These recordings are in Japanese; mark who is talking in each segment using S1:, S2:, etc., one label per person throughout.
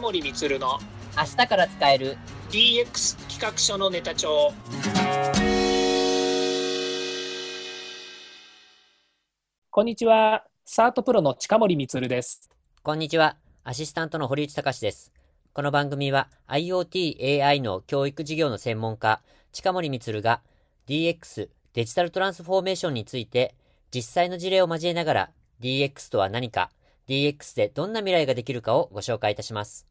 S1: 森充の
S2: 明日から使える
S1: DX 企画書のネタ帳こんにちはサートプロの近森充です
S2: こんにちはアシスタントの堀内隆ですこの番組は IoTAI の教育事業の専門家近森充が DX デジタルトランスフォーメーションについて実際の事例を交えながら DX とは何か DX でどんな未来ができるかをご紹介いたします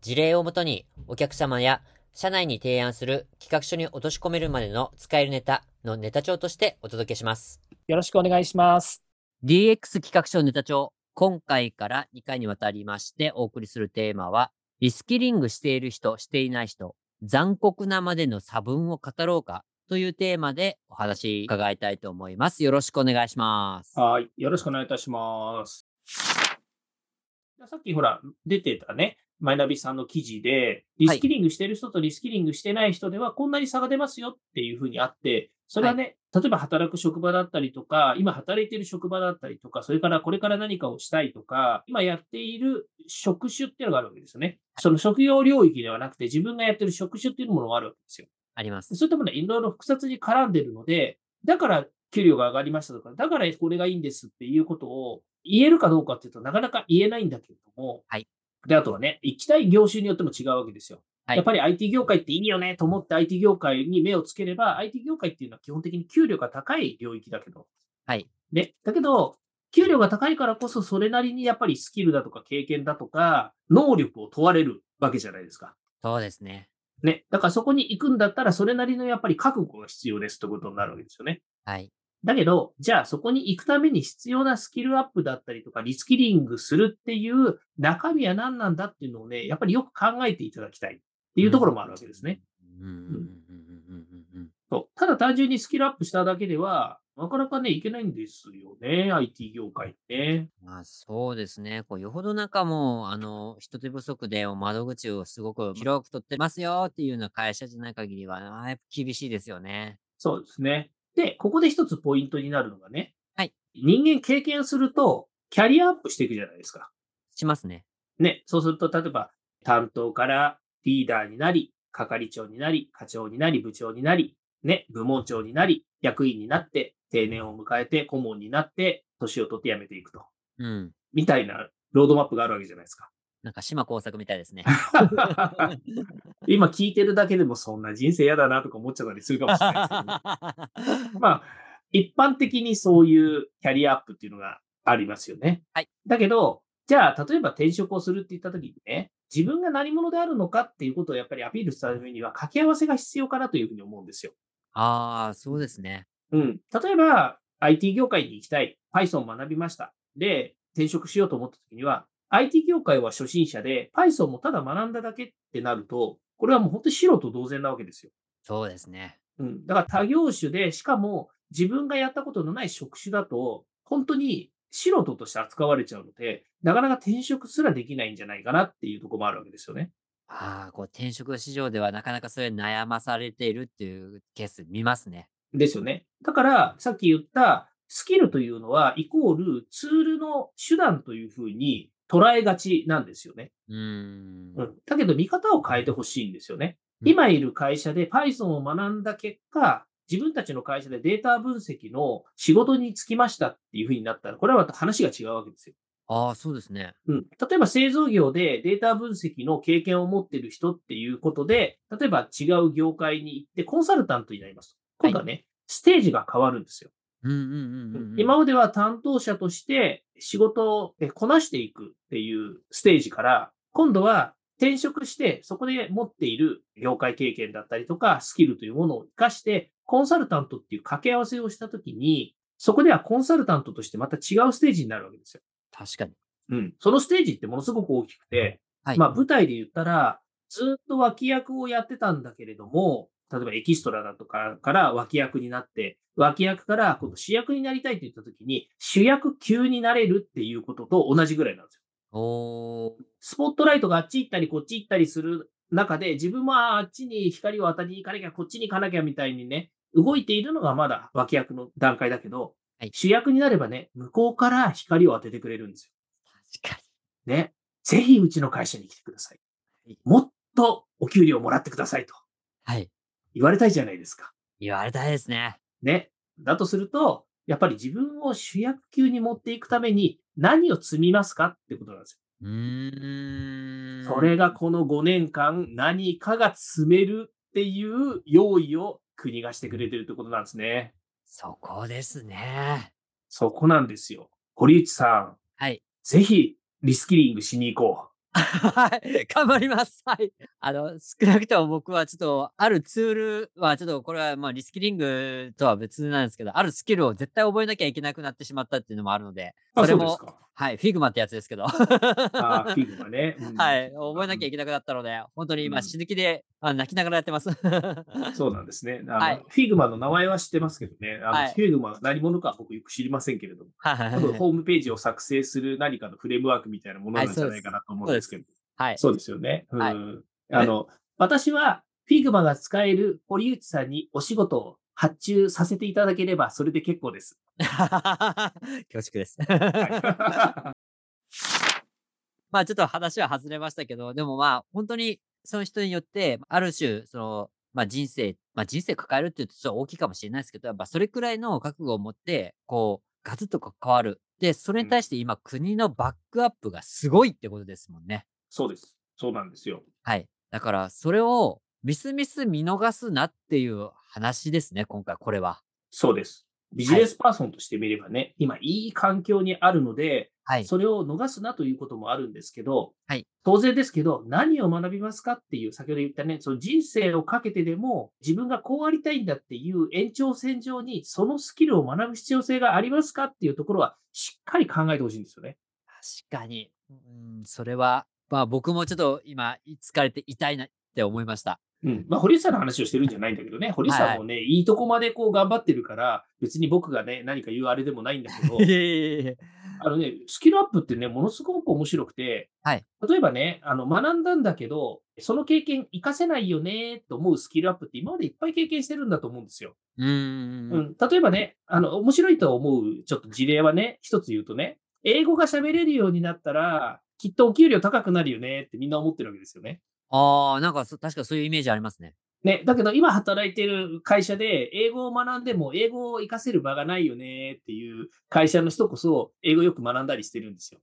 S2: 事例をもとにお客様や社内に提案する企画書に落とし込めるまでの使えるネタのネタ帳としてお届けします
S1: よろしくお願いします
S2: DX 企画書ネタ帳、今回から2回にわたりましてお送りするテーマは、リスキリングしている人、していない人、残酷なまでの差分を語ろうかというテーマでお話伺いたいと思います。よろしくお願いします。
S1: はいよろしくお願いいたしますさっきほら出てたねマイナビさんの記事でリスキリングしてる人とリスキリングしてない人ではこんなに差が出ますよっていうふうにあってそれはね、例えば働く職場だったりとか、今働いてる職場だったりとか、それからこれから何かをしたいとか、今やっている職種っていうのがあるわけですよね。その職業領域ではなくて、自分がやってる職種っていうものもあるわけですよ。
S2: あります。
S1: そういったものはいろいろ複雑に絡んでるので、だから給料が上がりましたとか、だからこれがいいんですっていうことを言えるかどうかっていうとなかなか言えないんだけれども、
S2: はい
S1: で、あとはね、行きたい業種によっても違うわけですよ。
S2: はい
S1: やっぱり IT 業界っていいよねと思って IT 業界に目をつければ、IT 業界っていうのは基本的に給料が高い領域だけど、
S2: はい。
S1: ね、だけど、給料が高いからこそそれなりにやっぱりスキルだとか経験だとか、能力を問われるわけじゃないですか。
S2: そうですね。
S1: ね。だからそこに行くんだったら、それなりのやっぱり覚悟が必要ですってことになるわけですよね。
S2: はい。
S1: だけど、じゃあそこに行くために必要なスキルアップだったりとか、リスキリングするっていう中身は何なんだっていうのをね、やっぱりよく考えていただきたいっていうところもあるわけですね。
S2: うん。うんうんうんうんうん
S1: そうただ単純にスキルアップしただけでは、なかなかね、いけないんですよね。IT 業界ね。
S2: まあそうですね。こうよほどなんかもう、あの、人手不足で窓口をすごく広く取ってますよっていうような会社じゃない限りは、あーやっぱ厳しいですよね。
S1: そうですね。で、ここで一つポイントになるのがね、
S2: はい
S1: 人間経験すると、キャリアアップしていくじゃないですか。
S2: しますね。
S1: ね、そうすると、例えば、担当からリーダーになり、係長になり、課長になり、部長になり、ね、部門長になり、役員になって、定年を迎えて、顧問になって、年を取って辞めていくと。
S2: うん。
S1: みたいなロードマップがあるわけじゃないですか。
S2: なんか島工作みたいですね。
S1: 今聞いてるだけでもそんな人生嫌だなとか思っちゃったりするかもしれないですけどね、
S2: は
S1: まあ、一般的にそういうキャリアアップっていうのがありますよね。
S2: はい。
S1: だけど、じゃあ、例えば転職をするって言った時にね、自分が何者であるのかっていうことをやっぱりアピールするためには掛け合わせが必要かなというふうに思うんですよ。
S2: ああ、そうですね。
S1: うん。例えば、IT 業界に行きたい。Python を学びました。で、転職しようと思った時には、IT 業界は初心者で、Python もただ学んだだけってなると、これはもう本当に素人同然なわけですよ。
S2: そうですね。
S1: うん、だから他業種で、しかも自分がやったことのない職種だと、本当に素人として扱われちゃうので、なかなか転職すらできないんじゃないかなっていうところもあるわけですよね。
S2: ああ、こう転職市場ではなかなかそれ悩まされているっていうケース見ますね。
S1: ですよね。だから、さっき言ったスキルというのは、イコールツールの手段というふうに捉えがちなんですよね。
S2: うーん。
S1: うん、だけど、見方を変えてほしいんですよね。
S2: うん
S1: 今いる会社で Python を学んだ結果、自分たちの会社でデータ分析の仕事に就きましたっていうふうになったら、これはまた話が違うわけですよ。
S2: ああ、そうですね。
S1: うん、例えば製造業でデータ分析の経験を持っている人っていうことで、例えば違う業界に行ってコンサルタントになります。今度はね、ステージが変わるんですよ。
S2: うんうんうんうんうん。
S1: 今までは担当者として仕事をえこなしていくっていうステージから、今度は転職して、そこで持っている業界経験だったりとか、スキルというものを活かして、コンサルタントっていう掛け合わせをしたときに、そこではコンサルタントとしてまた違うステージになるわけですよ。
S2: 確かに。
S1: うん、そのステージってものすごく大きくて、
S2: はい。
S1: まあ、舞台で言ったら、ずっと脇役をやってたんだけれども、例えばエキストラだとかから脇役になって、脇役から今度主役になりたいと言った時に、主役級になれるっていうことと同じぐらいなんですよ。
S2: おー。
S1: スポットライトがあっち行ったりこっち行ったりする中で、自分もああっちに光を当たりに行かなきゃ、こっちに行かなきゃみたいにね、動いているのがまだ脇役の段階だけど、
S2: はい
S1: 主役になればね、向こうから光を当ててくれるんですよ。
S2: 確かに。
S1: ね、ぜひうちの会社に来てください。
S2: はい
S1: もっとお給料もらってくださいと
S2: はい。
S1: 言われたいじゃないですか。
S2: 言われたいですね。
S1: ね。だとすると、やっぱり自分を主役級に持っていくために何を積みますかってことなんです
S2: うーん。
S1: よ。それがこの5年間何かが積めるっていう用意を国がしてくれてるってことなんですね。
S2: そこですね。
S1: そこなんですよ。堀内さん、
S2: はい。
S1: ぜひリスキリングしに行こう。
S2: はい。頑張ります。はい。あの、少なくとも僕はちょっと、あるツールは、ちょっとこれはまあリスキリングとは別なんですけど、あるスキルを絶対覚えなきゃいけなくなってしまったっていうのもあるので、それ
S1: あ
S2: も、
S1: うですか。
S2: はい、フィグマってやつですけど。
S1: あ
S2: は
S1: ー、フィグマね。 うん
S2: い、覚えなきゃいけなくなったので、本当に
S1: う
S2: 今
S1: ん
S2: 死ぬ気で、あの泣きながらやってます。
S1: そうなんですね。あの
S2: はい
S1: フィグマの名前は知ってますけどね。あの
S2: はい
S1: フィグマは何者か僕よく知りませんけれども、
S2: はい
S1: 多分ホームページを作成する何かのフレームワークみたいなものなんじゃないかなと思うんですけど。
S2: はい。
S1: そうですよね。うん
S2: はい
S1: あの、私はフィグマが使える堀内さんにお仕事を発注させていただければそれで結構です。
S2: 恐縮です。 まあちょっと話は外れましたけど、でもまあ本当にその人によって、ある種、その、まあ人生、まあ人生抱えるっていうとちょっと大きいかもしれないですけど、やっぱそれくらいの覚悟を持って、こう、ガツッと変わる。で、それに対して今国のバックアップがすごいってことですもんね。
S1: そうです。そうなんですよ。
S2: はい。だからそれをミスミス見逃すなっていう話ですね、今回これは。
S1: そうです。ビジネスパーソンとして見ればね、今いい環境にあるので、
S2: はい。
S1: それを逃すなということもあるんですけど、
S2: はい
S1: 当然ですけど、何を学びますかっていう、先ほど言ったね、その人生をかけてでも、自分がこうありたいんだっていう延長線上に、そのスキルを学ぶ必要性がありますかっていうところは、しっかり考えてほしいんですよね。
S2: 確かに。うん、それは、まあ僕もちょっと今、疲れて痛いなって思いました。
S1: うんまあ、堀内さんの話をしてるんじゃないんだけどね、堀内さんもね、いい、とこまでこう頑張ってるから、別に僕がね、何か言うあれでもないんだけど
S2: いえ、いえいえ。
S1: あのね、スキルアップってね、ものすごく面白くて、
S2: はい
S1: 例えばね、あの学んだんだけど、その経験活かせないよねと思うスキルアップって今までいっぱい経験してるんだと思うんですよ。
S2: うーん
S1: うん、例えばね、あの、面白いと思うちょっと事例はね、一つ言うとね、英語が喋れるようになったら、きっとお給料高くなるよねってみんな思ってるわけですよね。
S2: ああ、なんかそ確かそういうイメージありますね。
S1: ね、だけど今働いてる会社で英語を学んでも英語を活かせる場がないよねっていう会社の人こそ英語よく学んだりしてるんですよ。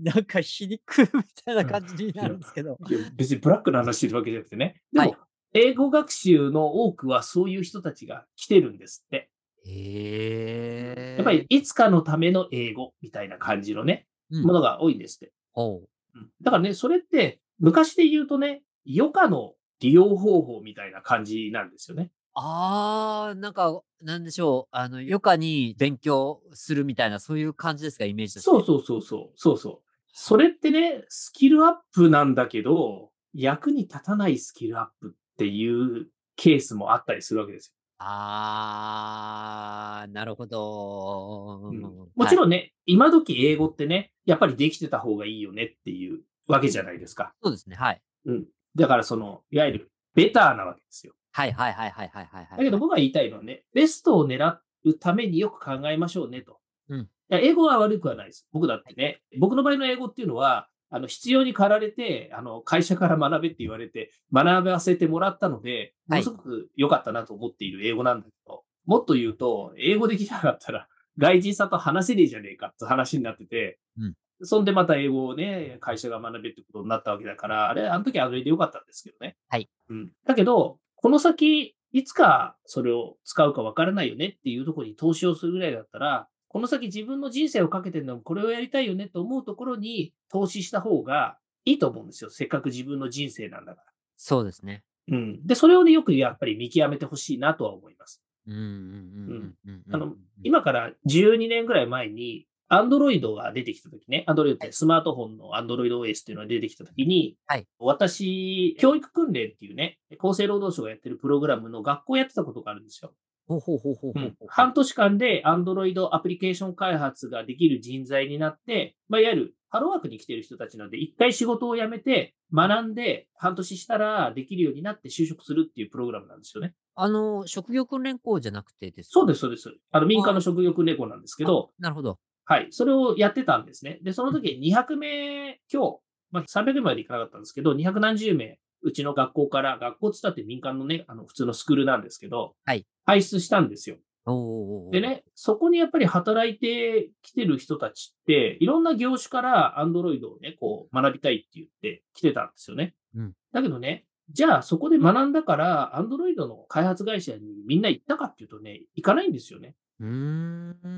S2: なんか皮肉みたいな感じに
S1: なるん
S2: ですけど。
S1: いや別にブラックな話してるわけじゃなくてね。でも、
S2: はい
S1: 英語学習の多くはそういう人たちが来てるんですって。
S2: へえ。
S1: やっぱり、、いつかのための英語みたいな感じのね、
S2: うん
S1: ものが多いんですって。
S2: おう
S1: うんだからね、それって、昔で言うとね、余暇の利用方法みたいな感じなんですよね。
S2: ああ、なんか、なんでしょう。あの、余暇に勉強するみたいな、そういう感じですか、イメージとして。
S1: そうそうそうそう、そうそう。それってね、スキルアップなんだけど、役に立たないスキルアップっていうケースもあったりするわけですよ
S2: ああ、なるほど。
S1: もち
S2: ん、はい
S1: ろんね、今時英語ってね、やっぱりできてた方がいいよねっていうわけじゃないですか。
S2: そうですね。はい。
S1: うん。だからその、いわゆるベターなわけですよ。
S2: はいはいはいはいはいはいはい。
S1: だけど僕が言いたいのはね、ベストを狙うためによく考えましょうねと。
S2: うん
S1: いや英語は悪くはないです。僕だってね、僕の場合の英語っていうのは、あの必要に駆られてあの、会社から学べって言われて、学ばせてもらったので、も
S2: はい
S1: のすごく良かったなと思っている英語なんだけど、もっと言うと、英語できなかったら、外人さんと話せねえじゃねえかって話になってて、
S2: うん
S1: そんでまた英語をね、会社が学べってことになったわけだから、あれ、あの時はあれで良かったんですけどね。
S2: はい
S1: うん、だけど、この先、いつかそれを使うかわからないよねっていうところに投資をするぐらいだったら、この先自分の人生をかけてるのもこれをやりたいよねと思うところに投資した方がいいと思うんですよ。せっかく自分の人生なんだか
S2: そうですね。
S1: ら。うん。で、それをね、よくやっぱり見極めてほしいなとは思います。
S2: うんうんうんうんうんうん。
S1: あの、今から12年ぐらい前に、アンドロイドが出てきたときね、アンドロイドってスマートフォンのアンドロイド OS っていうのが出てきたときに、
S2: はい
S1: 私、教育訓練っていうね、厚生労働省がやってるプログラムの学校やってたことがあるんですよ。
S2: ほうほうほうほうほうほう。
S1: 半年間で Android アプリケーション開発ができる人材になって、まあ、いわゆるハローワークに来てる人たちなので、一回仕事を辞めて、学んで、半年したらできるようになって就職するっていうプログラムなんですよね。
S2: あの、職業訓練校じゃなくてですか
S1: そうです、そうです。あの、民間の職業訓練校なんですけど、
S2: なるほど。
S1: はい、それをやってたんですね。で、その時200名強まあ、300名までいかなかったんですけど、270名、うちの学校から、学校つったって民間のね、あの、普通のスクールなんですけど、
S2: はい
S1: 輩出したんですよ。
S2: おー
S1: で。ね、そこにやっぱり働いてきてる人たちって、いろんな業種からアンドロイドをね、こう学びたいって言って来てたんですよね。
S2: うん
S1: だけどね、じゃあそこで学んだから、アンドロイドの開発会社にみんな行ったかっていうとね、行かないんですよね。
S2: うー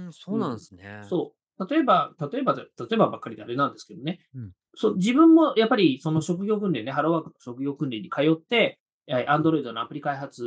S2: ん、そうなんですね。
S1: そう。例えば、例えばで、例えばばっかりであれなんですけどね。
S2: うん
S1: そう自分もやっぱりその職業訓練ね、ハローワークの職業訓練に通って、アンドロイドのアプリ開発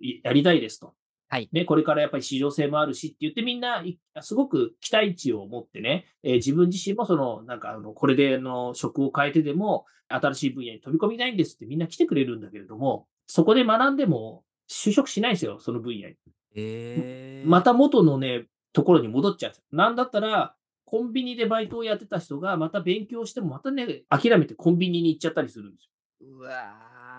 S1: いやりたいですと。
S2: はい
S1: ね、これからやっぱり市場性もあるしって言ってみんないすごく期待値を持ってね、えー自分自身もその、なんかあの、これであの職を変えてでも新しい分野に飛び込みたいんですってみんな来てくれるんだけれども、そこで学んでも就職しないんですよ、その分野に。
S2: えー、
S1: また元のね、ところに戻っちゃうんですよ。なんだったら、コンビニでバイトをやってた人が、また勉強しても、またね、諦めてコンビニに行っちゃったりするんですよ。
S2: うわ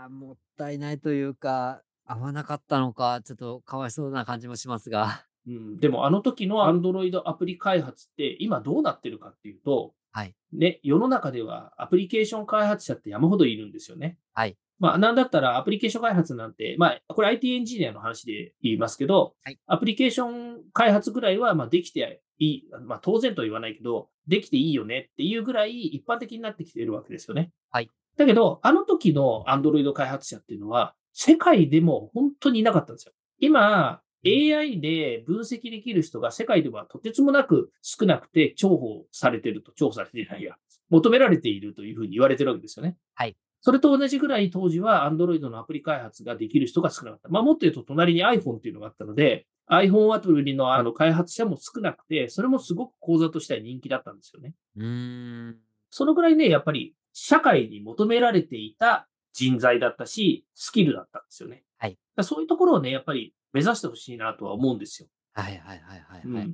S2: ー、もったいないというか、合わなかったのか、ちょっとかわいそうな感じもしますが。
S1: うん、でも、あの時の Android アプリ開発って、今どうなってるかっていうと、
S2: はい
S1: ね、世の中ではアプリケーション開発者って山ほどいるんですよね。
S2: はい
S1: まあ、なんだったらアプリケーション開発なんて、まあ、これ IT エンジニアの話で言いますけど、
S2: はい
S1: アプリケーション開発ぐらいはまあできていい、まあ、当然とは言わないけど、できていいよねっていうぐらい一般的になってきているわけですよね。
S2: はい
S1: だけど、あの時の Android 開発者っていうのは、世界でも本当にいなかったんですよ。今、AI で分析できる人が世界ではとてつもなく少なくて重宝されてると、重宝されてないや、求められているというふうに言われてるわけですよね。
S2: はい。
S1: それと同じぐらい当時は Android のアプリ開発ができる人が少なかった。まあ、もっと言うと隣に iPhone っていうのがあったので、iPhone アプリのあの開発者も少なくて、それもすごく講座としては人気だったんですよね。
S2: うーん。
S1: そのぐらいね、やっぱり社会に求められていた人材だったし、スキルだったんですよね。
S2: はい
S1: だからそういうところをね、やっぱり目指してほしいなとは思うんですよ。
S2: はいはいはいはいはい、
S1: うん
S2: はい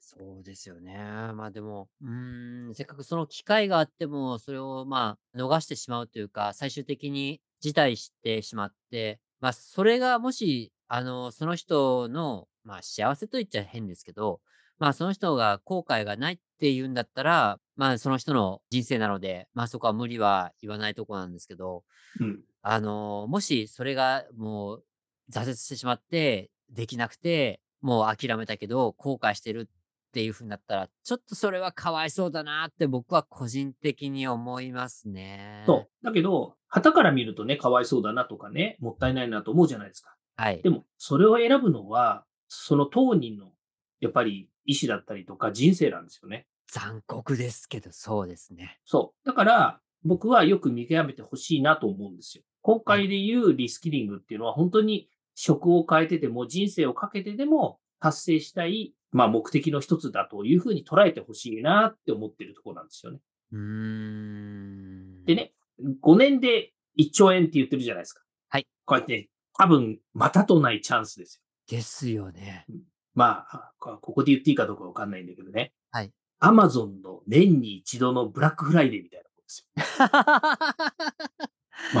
S2: そうですよね。まあでも、うーん、せっかくその機会があっても、それをまあ逃してしまうというか、最終的に辞退してしまって、まあそれがもし、あの、その人の、まあ幸せと言っちゃ変ですけど、まあその人が後悔がないっていうんだったら、まあその人の人生なので、まあそこは無理は言わないとこなんですけど、
S1: うん。
S2: あのもしそれがもう挫折してしまって、できなくて、もう諦めたけど、後悔してるっていうふうになったら、ちょっとそれはかわいそうだなって僕は個人的に思いますね。
S1: そう。だけど、旗から見るとね、かわいそうだなとかね、もったいないなと思うじゃないですか。
S2: はい
S1: で。も、それを選ぶのは、その当人の、やっぱり意思だったりとか人生なんですよね。
S2: 残酷ですけど、そうですね。
S1: そう。だから、僕はよく見極めてほしいなと思うんですよ。今回で言うリスキリングっていうのは、本当に職を変えてても、人生をかけてでも達成したい、まあ、目的の一つだというふうに捉えてほしいなって思ってるところなんですよね。
S2: うーん。
S1: でね、5年で1兆円って言ってるじゃないですか。
S2: はい。
S1: こうやってね、多分、またとないチャンスですよ。
S2: ですよね。
S1: まあ、こここで言っていいかどうかわかんないんだけどね。
S2: はい。
S1: アマゾンの年に一度のブラックフライデーみたいなもんですよ。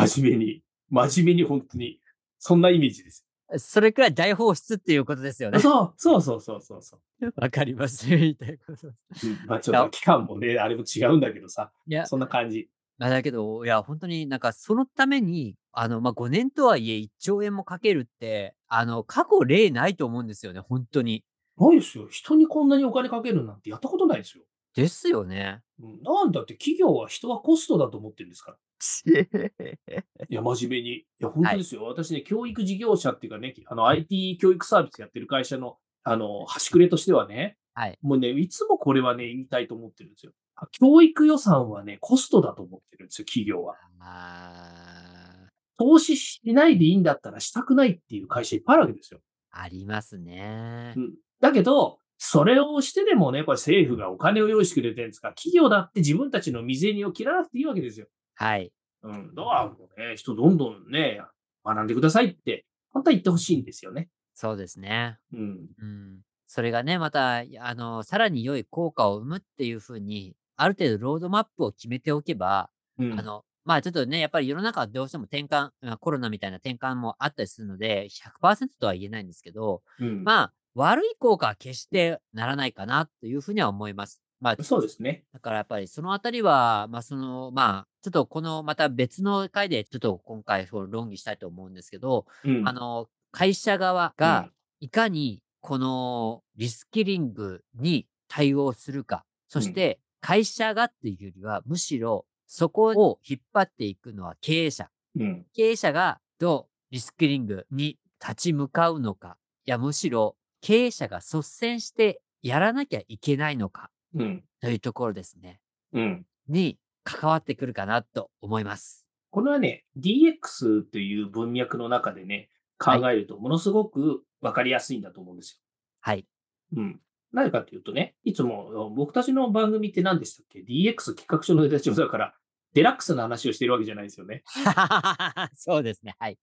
S1: 真面目に。真面目に本当に。そんなイメージです。
S2: それくらい大放出っていうことですよね。
S1: そう、そうそうそうそうそう。
S2: わかります。みたいなことです
S1: うんまあちょっと期間もね、あれも違うんだけどさ、
S2: いや、
S1: そんな感じ。
S2: まあ、だけど、いや、本当になんかそのために、あの、まあ、5年とはいえ1兆円もかけるって、あの、過去例ないと思うんですよね、本当に。
S1: ないですよ。人にこんなにお金かけるなんてやったことないですよ。
S2: ですよね。
S1: うんなんだって企業は人はコストだと思ってるんですから。 いや、真面目に。いや、本当ですよ。私ね、教育事業者っていうかね、あの、IT 教育サービスやってる会社の、あの、端くれとしてはね、
S2: はい
S1: もうね、いつもこれはね、言いたいと思ってるんですよ。あ教育予算はね、コストだと思ってるんですよ、企業は。
S2: あ
S1: 投資しないでいいんだったらしたくないっていう会社いっぱいあるわけですよ。
S2: ーありますね
S1: う。んだけど、それをしてでもね、これ政府がお金を用意してくれてるんですから、企業だって自分たちの未然を切らなくていいわけですよ。
S2: はい。
S1: うん、だからもうね、人どんどんね、学んでくださいって、本当は言ってほしいんですよね。
S2: そうですね。
S1: うん。
S2: うん。それがね、また、いやあの、さらに良い効果を生むっていうふうに、ある程度ロードマップを決めておけば、
S1: うん
S2: あの、まあちょっとね、やっぱり世の中はどうしても転換、まあコロナみたいな転換もあったりするので、100%とは言えないんですけど、
S1: うん
S2: まあ、悪い効果は決してならないかなというふうには思います。まあ、
S1: そうですね。
S2: だからやっぱりそのあたりは、まあその、まあ、ちょっとこのまた別の回でちょっと今回こう論議したいと思うんですけど、
S1: うん
S2: あの、会社側がいかにこのリスキリングに対応するか、そして会社がっていうよりは、むしろそこを引っ張っていくのは経営者。
S1: うん。
S2: 経営者がどうリスキリングに立ち向かうのか、いや、むしろ経営者が率先してやらなきゃいけないのか
S1: うん。
S2: というところですね。
S1: うん。
S2: に関わってくるかなと思います。
S1: これはね、DX という文脈の中でね、考
S2: はい
S1: えるとものすごく分かりやすいんだと思うんです
S2: はい。
S1: よ。うん。なぜかというとね、いつも僕たちの番組って何でしたっけ ?DX 企画書の出た調査だから、デラックスの話をしてるわけじゃないですよね。
S2: そうですね。はい。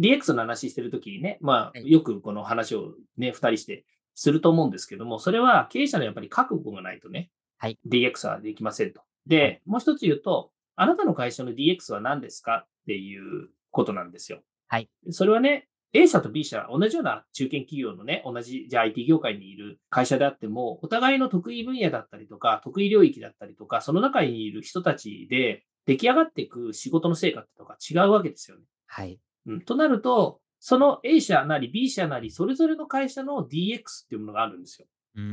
S1: DX の話してるときにね、まあ、
S2: はい
S1: よくこの話をね、二人してすると思うんですけども、それは経営者のやっぱり覚悟がないとね、
S2: はい
S1: DX はできませんと。で、
S2: はい
S1: もう一つ言うと、あなたの会社の DX は何ですかっていうことなんですよ。
S2: はい。
S1: それはね、A 社と B 社、同じような中堅企業のね、同じ、じゃあ IT 業界にいる会社であっても、お互いの得意分野だったりとか、得意領域だったりとか、その中にいる人たちで出来上がっていく仕事の成果ってとか違うわけですよね。
S2: はい。
S1: うん、となると、その A 社なり B 社なり、それぞれの会社の DX っていうものがあるんですよ。
S2: うー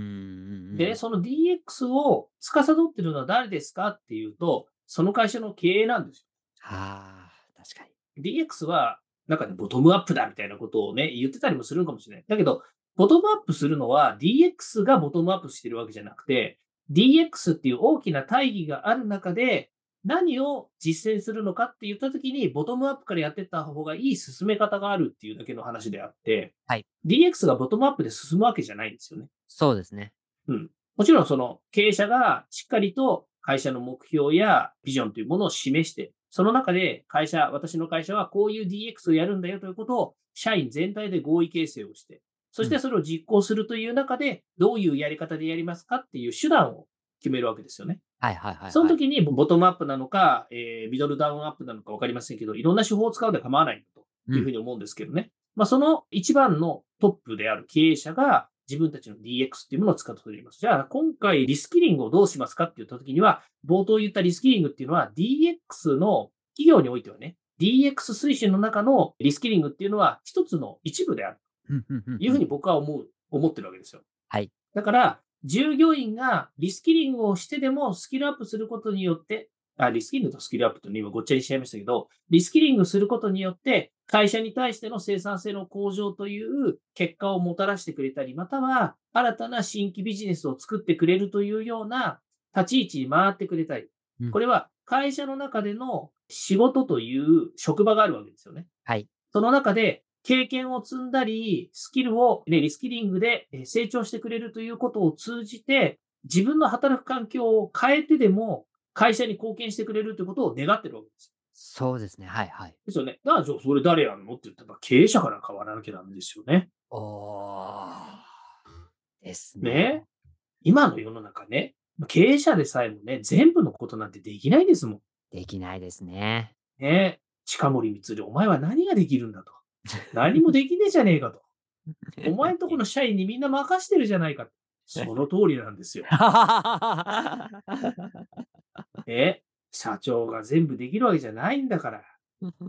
S2: ん。
S1: でね、その DX を司ってるのは誰ですかっていうと、その会社の経営なんです
S2: ああ、確かに。
S1: よ。DX は、なんかね、ボトムアップだみたいなことをね、言ってたりもするのかもしれない。だけど、ボトムアップするのは DX がボトムアップしてるわけじゃなくて、DX っていう大きな大義がある中で、何を実践するのかって言ったときに、ボトムアップからやってった方がいい進め方があるっていうだけの話であって、
S2: はい、
S1: DX がボトムアップで進むわけじゃないんですよね。
S2: そうですね。
S1: もちろんその経営者がしっかりと会社の目標やビジョンというものを示して、その中で会社、私の会社はこういう DX をやるんだよということを社員全体で合意形成をして、そしてそれを実行するという中で、どういうやり方でやりますかっていう手段を決めるわけですよね。
S2: はいはいはい、はい。
S1: その時にボトムアップなのか、えーミドルダウンアップなのか分かりませんけど、いろんな手法を使うで構わないというふうに思うんですけどね。まあ、その一番のトップである経営者が自分たちの DX っていうものを使っております。じゃあ、今回リスキリングをどうしますかって言った時には、冒頭言ったリスキリングっていうのは DX の企業においてはね、DX 推進の中のリスキリングっていうのは一つの一部である。
S2: うんうんうんん、
S1: いうふうに僕は思う、思ってるわけですよ。
S2: はい。
S1: だから、従業員がリスキリングをしてでもスキルアップすることによって、あリスキリングとスキルアップというのは今ごっちゃにしちゃいましたけど、リスキリングすることによって、会社に対しての生産性の向上という結果をもたらしてくれたり、または新たな新規ビジネスを作ってくれるというような立ち位置に回ってくれたり
S2: う、ん
S1: これは会社の中での仕事という職場があるわけですよね。その中で経験を積んだり、スキルを、ね、リスキリングでえー成長してくれるということを通じて、自分の働く環境を変えてでも、会社に貢献してくれるということを願ってるわけです。
S2: そうですね。はいはい。
S1: ですよね。だから、じゃあそれ誰やんのって言ったら、経営者から変わらなきゃダメですよね。
S2: おー。ですね。
S1: ね。今の世の中ね、経営者でさえもね、全部のことなんてできないですも
S2: できないですね。
S1: ん。ね。近森光、お前は何ができるんだと。何もできねえじゃねえかと。お前んとこ の社員にみんな任してるじゃないか。その通りなんですよ。ね、社長が全部できるわけじゃないんだから、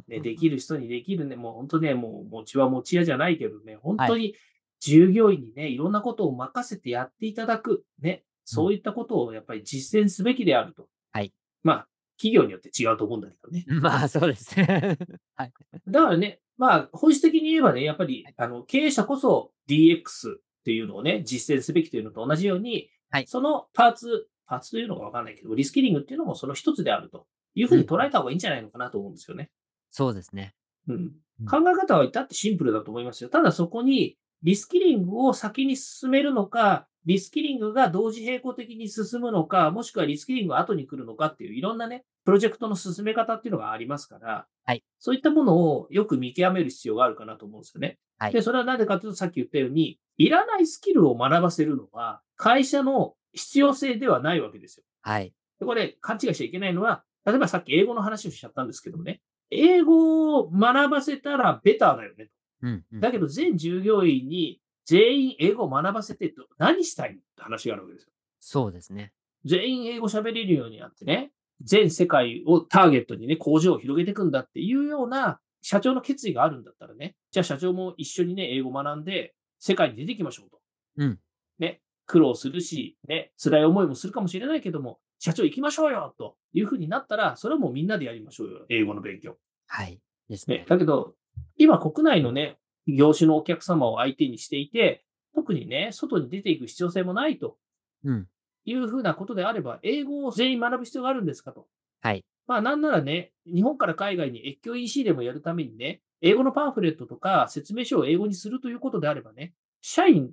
S1: ね、できる人にできるね、もう本当ね、もう持ちは持ち屋じゃないけどね、本当に従業員にね、いろんなことを任せてやっていただく、ね、そういったことをやっぱり実践すべきであると。
S2: はい。
S1: まあ、企業によって違うと思うんだけどね。
S2: まあそうですね。
S1: だからね、まあ、本質的に言えばね、やっぱり、あの、経営者こそ DX っていうのをね、実践すべきというのと同じように、
S2: はい
S1: そのパーツ、パーツというのがわかんないけど、リスキリングっていうのもその一つであるというふうに捉えた方がいいんじゃないのかなと思うんですよね。
S2: そうですね。
S1: うん
S2: うん。
S1: 考え方は至ってシンプルだと思いますよ。ただそこに、リスキリングを先に進めるのか、リスキリングが同時並行的に進むのか、もしくはリスキリングが後に来るのかっていう、いろんなね、プロジェクトの進め方っていうのがありますから、
S2: はい
S1: そういったものをよく見極める必要があるかなと思うんですよね。
S2: はい
S1: で、それはなぜかというと、さっき言ったように、いらないスキルを学ばせるのは、会社の必要性ではないわけですよ。
S2: はい。
S1: で、これ勘違いしちゃいけないのは、例えばさっき英語の話をしちゃったんですけどもね、英語を学ばせたらベターだよね。
S2: うん、うん。
S1: だけど全従業員に全員英語を学ばせてと何したいのって話があるわけですよ。
S2: そうですね。
S1: 全員英語喋れるようになってね、全世界をターゲットにね、工場を広げていくんだっていうような社長の決意があるんだったらね、じゃあ社長も一緒にね、英語学んで、世界に出ていきましょうと。
S2: うん。
S1: ね、苦労するし、ね、辛い思いもするかもしれないけども、社長行きましょうよというふうになったら、それはもうみんなでやりましょうよ、英語の勉強。
S2: はい。です
S1: ね
S2: ね、。
S1: だけど、今国内のね、業種のお客様を相手にしていて、特にね、外に出ていく必要性もないと
S2: うん。
S1: いうふうなことであれば、英語を全員学ぶ必要があるんですかと。
S2: はい。
S1: まあ、なんならね、日本から海外に越境 EC でもやるためにね、英語のパンフレットとか説明書を英語にするということであればね、社員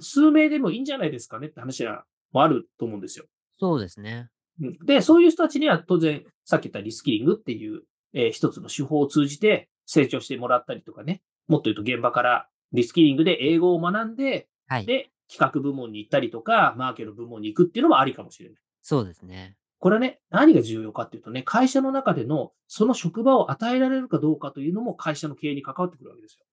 S1: 数名でもいいんじゃないですかねって話はもあると思うんですよ。
S2: そうですね。
S1: うんで、そういう人たちには当然、さっき言ったリスキリングっていう、えー一つの手法を通じて成長してもらったりとかね、もっと言うと現場からリスキリングで英語を学んで、
S2: はい。
S1: で、企画部門に行ったりとか、マーケの部門に行くっていうのもありかもしれない。
S2: そうですね。
S1: これはね、何が重要かっていうとね、会社の中でのその職場を与えられるかどうかというのも会社の経営に関わってくるわけですよ。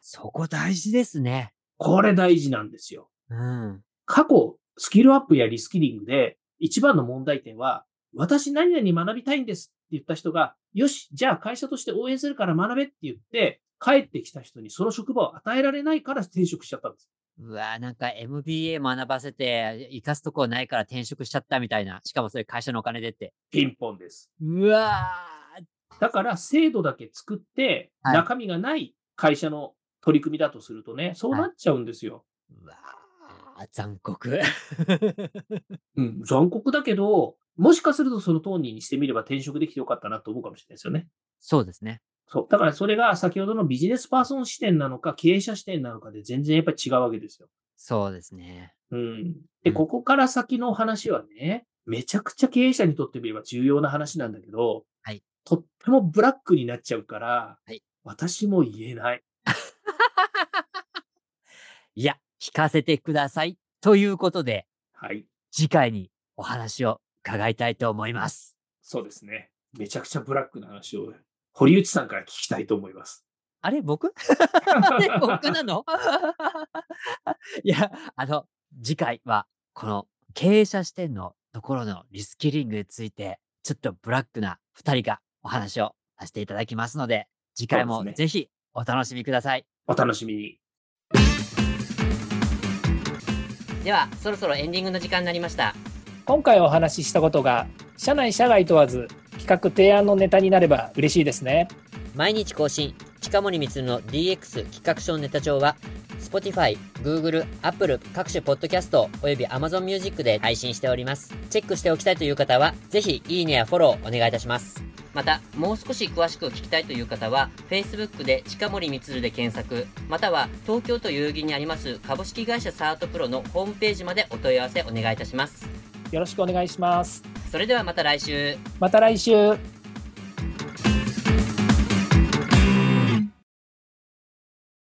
S2: そこ大事ですね。
S1: これ大事なんですよ。
S2: うん。
S1: 過去、スキルアップやリスキリングで一番の問題点は、私何々学びたいんですって言った人が、よし、じゃあ会社として応援するから学べって言って、帰ってきた人にその職場を与えられないから転職しちゃったんです。
S2: うわーなんか MBA 学ばせて、生かすとこないから転職しちゃったみたいな。しかもそれ会社のお金でって。
S1: ピンポンです。
S2: うわー
S1: だから制度だけ作って、
S2: はい
S1: 中身がない会社の取り組みだとするとね、そうなっちゃうんですよ。
S2: うわー残酷。
S1: うん、残酷だけど、もしかするとその当人にしてみれば転職できてよかったなと思うかもしれないですよね。
S2: そうですね。
S1: そう。だからそれが先ほどのビジネスパーソン視点なのか、経営者視点なのかで全然やっぱり違うわけですよ。
S2: そうですね。
S1: うん。で、
S2: うん
S1: ここから先の話はね、めちゃくちゃ経営者にとってみれば重要な話なんだけど、
S2: はい
S1: とってもブラックになっちゃうから、
S2: はい
S1: 私も言えない。
S2: いや、聞かせてください。ということで、
S1: はい。
S2: 次回にお話を伺いたいと思います。
S1: そうですね。めちゃくちゃブラックな話を堀内さんから聞きたいと思います。
S2: あれ 僕あれ僕なの いや、あの、次回は、この経営者視点のところのリスキリングについて、ちょっとブラックな2人がお話をさせていただきますので、次回
S1: そ
S2: も
S1: うですね
S2: ぜひお楽しみください。
S1: お楽しみに。
S2: ではそろそろエンディングの時間になりました
S3: 今回お話ししたことが社内社外問わず企画提案のネタになれば嬉しいですね
S2: 毎日更新近森光の DX 企画書ネタ帳は Spotify、Google、Apple 各種ポッドキャストおよび Amazon Music で配信しておりますチェックしておきたいという方はぜひいいねやフォローお願いいたしますまたもう少し詳しく聞きたいという方は Facebook で近森光で検索または東京都遊戯にあります株式会社サートプロのホームページまでお問い合わせお願いいたします
S3: よろしくお願いします
S2: それではまた来週
S3: また来週